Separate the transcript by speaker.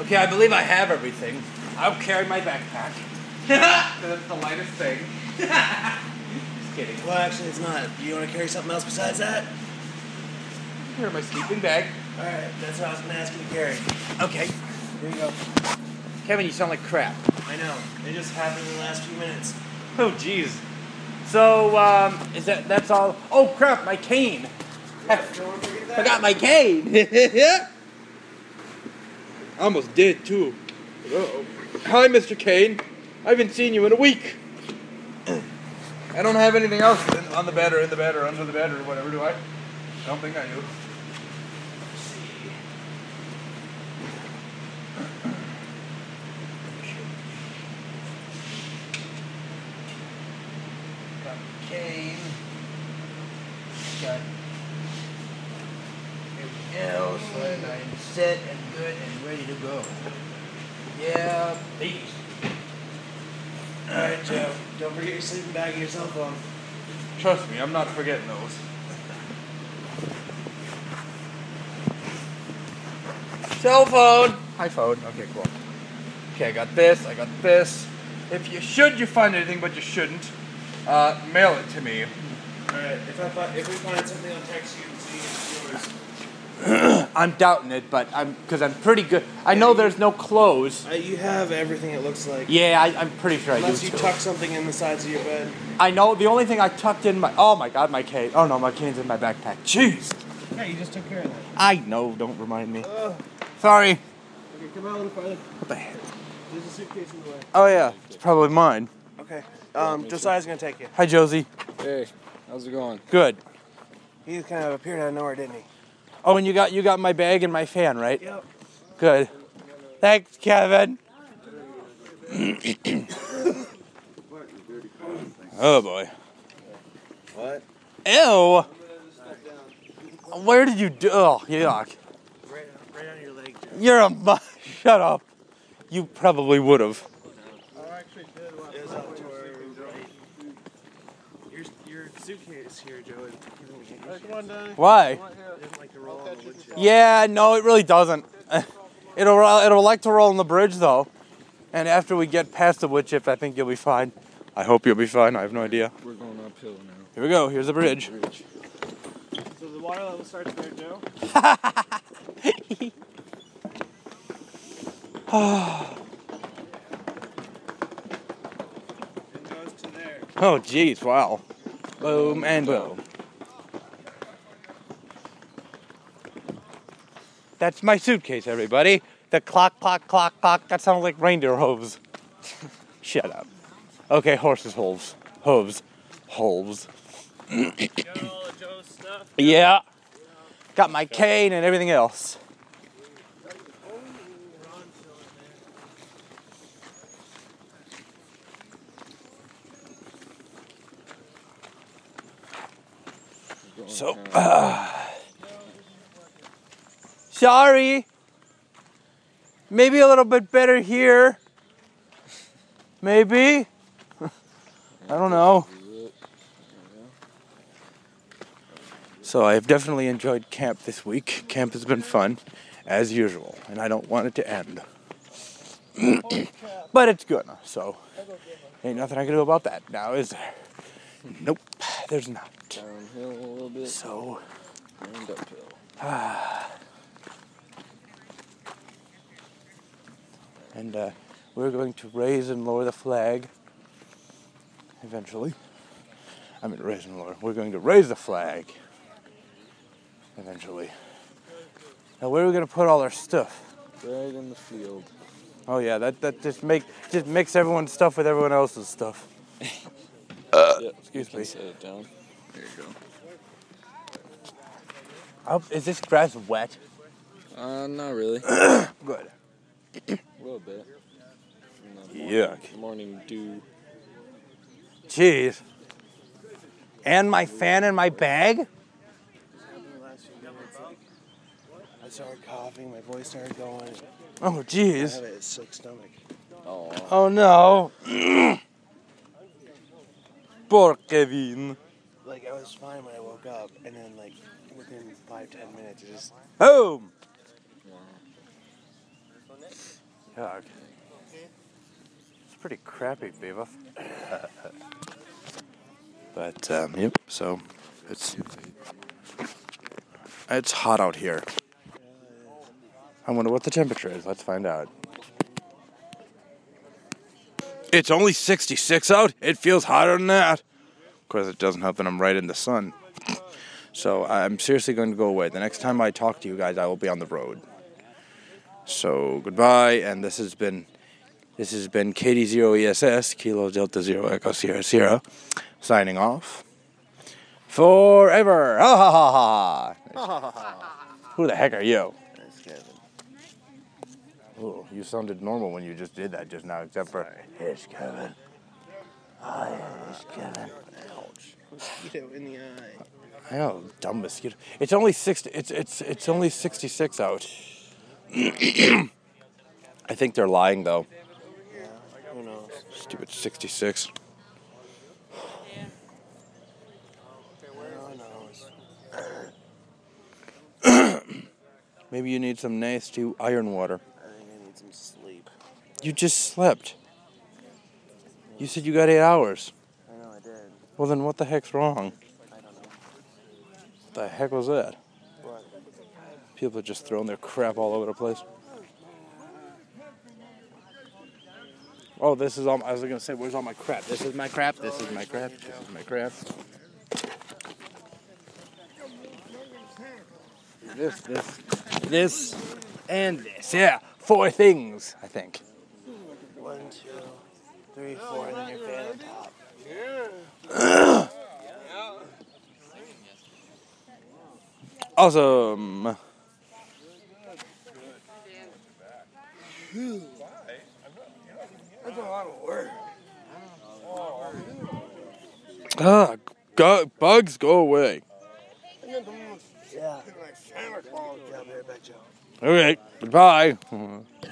Speaker 1: Okay, I believe I have everything. I'll carry my backpack. That's the lightest thing. Just kidding.
Speaker 2: Well, actually, it's not. Do you want to carry something else besides that?
Speaker 1: Here, my sleeping bag.
Speaker 2: All right, that's what I was going to ask you to carry.
Speaker 1: Okay.
Speaker 2: Here you go.
Speaker 1: Kevin, you sound like crap.
Speaker 2: I know. It just happened in the last few minutes.
Speaker 1: Oh, jeez. So, um, is that that's all? Oh crap, my cane.
Speaker 2: Don't forget that.
Speaker 1: Forgot my cane. I almost did too. Uh-oh. Hi, Mr. Kane. I haven't seen you in a week. I don't have anything else in, on the bed or in the bed or under the bed or whatever, do I? I don't think I do. Got the cane. Got everything else, and I'm set and good and ready to go. Yeah, please.
Speaker 2: All right, Joe. Don't forget your sleeping bag and your cell phone.
Speaker 1: Trust me, I'm not forgetting those. Cell phone. Hi, phone. Okay, cool. Okay, I got this. I got this. If you should, you find anything, but you shouldn't. Uh, mail it to me.
Speaker 2: All right. If I find, if we find something, I'll text you and see if it's yours.
Speaker 1: I'm doubting it, but I'm because I'm pretty good. I know there's no clothes.
Speaker 2: Uh, you have everything. It looks like.
Speaker 1: Yeah, I, I'm pretty sure I
Speaker 2: Unless
Speaker 1: do.
Speaker 2: you
Speaker 1: too.
Speaker 2: tuck something in the sides of your bed.
Speaker 1: I know the only thing I tucked in my oh my god my cane oh no my cane's in my backpack jeez
Speaker 2: Yeah, you just took care of that.
Speaker 1: I know don't remind me
Speaker 2: Oh,
Speaker 1: sorry
Speaker 2: okay, come out a little farther.
Speaker 1: what the heck
Speaker 2: There's a suitcase in the way.
Speaker 1: oh yeah it's probably mine
Speaker 2: Okay. Um, Josiah's gonna take you.
Speaker 1: hi Josie
Speaker 3: Hey, how's it going?
Speaker 1: good
Speaker 2: He kind of appeared out of nowhere, didn't he?
Speaker 1: oh and you got you got my bag and my fan right
Speaker 2: Yep.
Speaker 1: good thanks Kevin oh boy
Speaker 2: What?
Speaker 1: ew where did you do oh yuck
Speaker 2: Right, right on your leg.
Speaker 1: you're a mu- shut up you probably would have
Speaker 2: It was up to our right. Your, your suitcase here, Joe. is-
Speaker 1: why.
Speaker 2: It doesn't like to roll on the wood chip.
Speaker 1: Yeah, no, it really doesn't. It'll ro- it'll like to roll on the bridge though, and after we get past the wood chip, I think you'll be fine. I hope you'll be fine. I have no idea.
Speaker 3: We're going uphill now.
Speaker 1: Here we go. Here's the bridge.
Speaker 3: Rich.
Speaker 2: So the water level starts there, Joe. and goes to there.
Speaker 1: Oh, jeez, wow. Boom and boom. That's my suitcase, everybody. The clock, clock, clock, clock. That sounds like reindeer hooves. Shut up. Okay, horses' hooves. Hooves. Hooves.
Speaker 2: Got all of Joe's stuff.
Speaker 1: Yeah. Got my cane and everything else.
Speaker 3: We're going
Speaker 1: So,
Speaker 3: down.
Speaker 1: Sorry. Maybe a little bit better here. Maybe. I don't know. So I've definitely enjoyed camp this week. Camp has been fun, as usual, and I don't want it to end. but it's good, so ain't nothing I can do about that now, is there? Nope, there's not.
Speaker 3: downhill a little bit
Speaker 1: So
Speaker 3: and uphill.
Speaker 1: and uh, we're going to raise and lower the flag eventually. I mean, raise and lower. We're going to raise the flag eventually. Now, where are we going to put all our stuff?
Speaker 3: Right in the field.
Speaker 1: Oh yeah, that, that just make just mix everyone's stuff with everyone else's stuff.
Speaker 3: Yep,
Speaker 1: Uh, excuse
Speaker 3: you can
Speaker 1: me.
Speaker 3: Set it down. There you
Speaker 1: Up, Oh, is this grass wet?
Speaker 3: go. Uh, not really.
Speaker 1: Good.
Speaker 3: a little bit. From the morning-
Speaker 1: Yuck.
Speaker 3: Morning dew.
Speaker 1: Jeez. And my fan and my bag?
Speaker 2: I started coughing. My voice started going.
Speaker 1: Oh
Speaker 2: I
Speaker 1: jeez.
Speaker 2: have a sick stomach.
Speaker 3: Oh,
Speaker 1: Oh no. Poor Kevin.
Speaker 2: Like I was fine when I woke up, and then like within five ten minutes, it just
Speaker 1: Home. Yuck. It's pretty crappy, Beavis. but um, yep. So it's it's hot out here. I wonder what the temperature is. Let's find out. It's only 66 out. It feels hotter than that. Of course, it doesn't help that I'm right in the sun. So I'm seriously going to go away. The next time I talk to you guys, I will be on the road. So goodbye, and this has been this has been Katie Zero ESS Kilo Delta Zero Echo Sierra Sierra signing off forever. Ha ha ha ha. Who the heck are you?
Speaker 2: That's Kevin.
Speaker 1: Ooh, you sounded normal when you just did that just now, except for
Speaker 2: It's Kevin. Hi, it's Kevin. Ouch.
Speaker 4: Mosquito in the eye.
Speaker 1: I know dumb mosquito. It's only sixty. It's it's it's only sixty six out. I think they're lying though.
Speaker 2: Who knows?
Speaker 1: Stupid sixty six.
Speaker 2: Who knows?
Speaker 1: Maybe you need some nasty iron water.
Speaker 2: I think I need some sleep.
Speaker 1: You just slept. You said you got eight hours.
Speaker 2: I know I did.
Speaker 1: Well, then what the heck's wrong?
Speaker 2: I don't know.
Speaker 1: The heck was that?
Speaker 2: What?
Speaker 1: People are just throwing their crap all over the place. Oh, this is all. I was gonna say, where's all my crap? This is my crap. This is my crap. This is my crap. This, this, this, and this. Yeah, four things, I think.
Speaker 2: One, two, three, four, and then your fan on top.
Speaker 1: Awesome.
Speaker 2: That's a lot of work.
Speaker 1: Ah, go, bugs go away.
Speaker 2: Yeah. Like Santa Claus down there, bet you.
Speaker 1: All right, goodbye.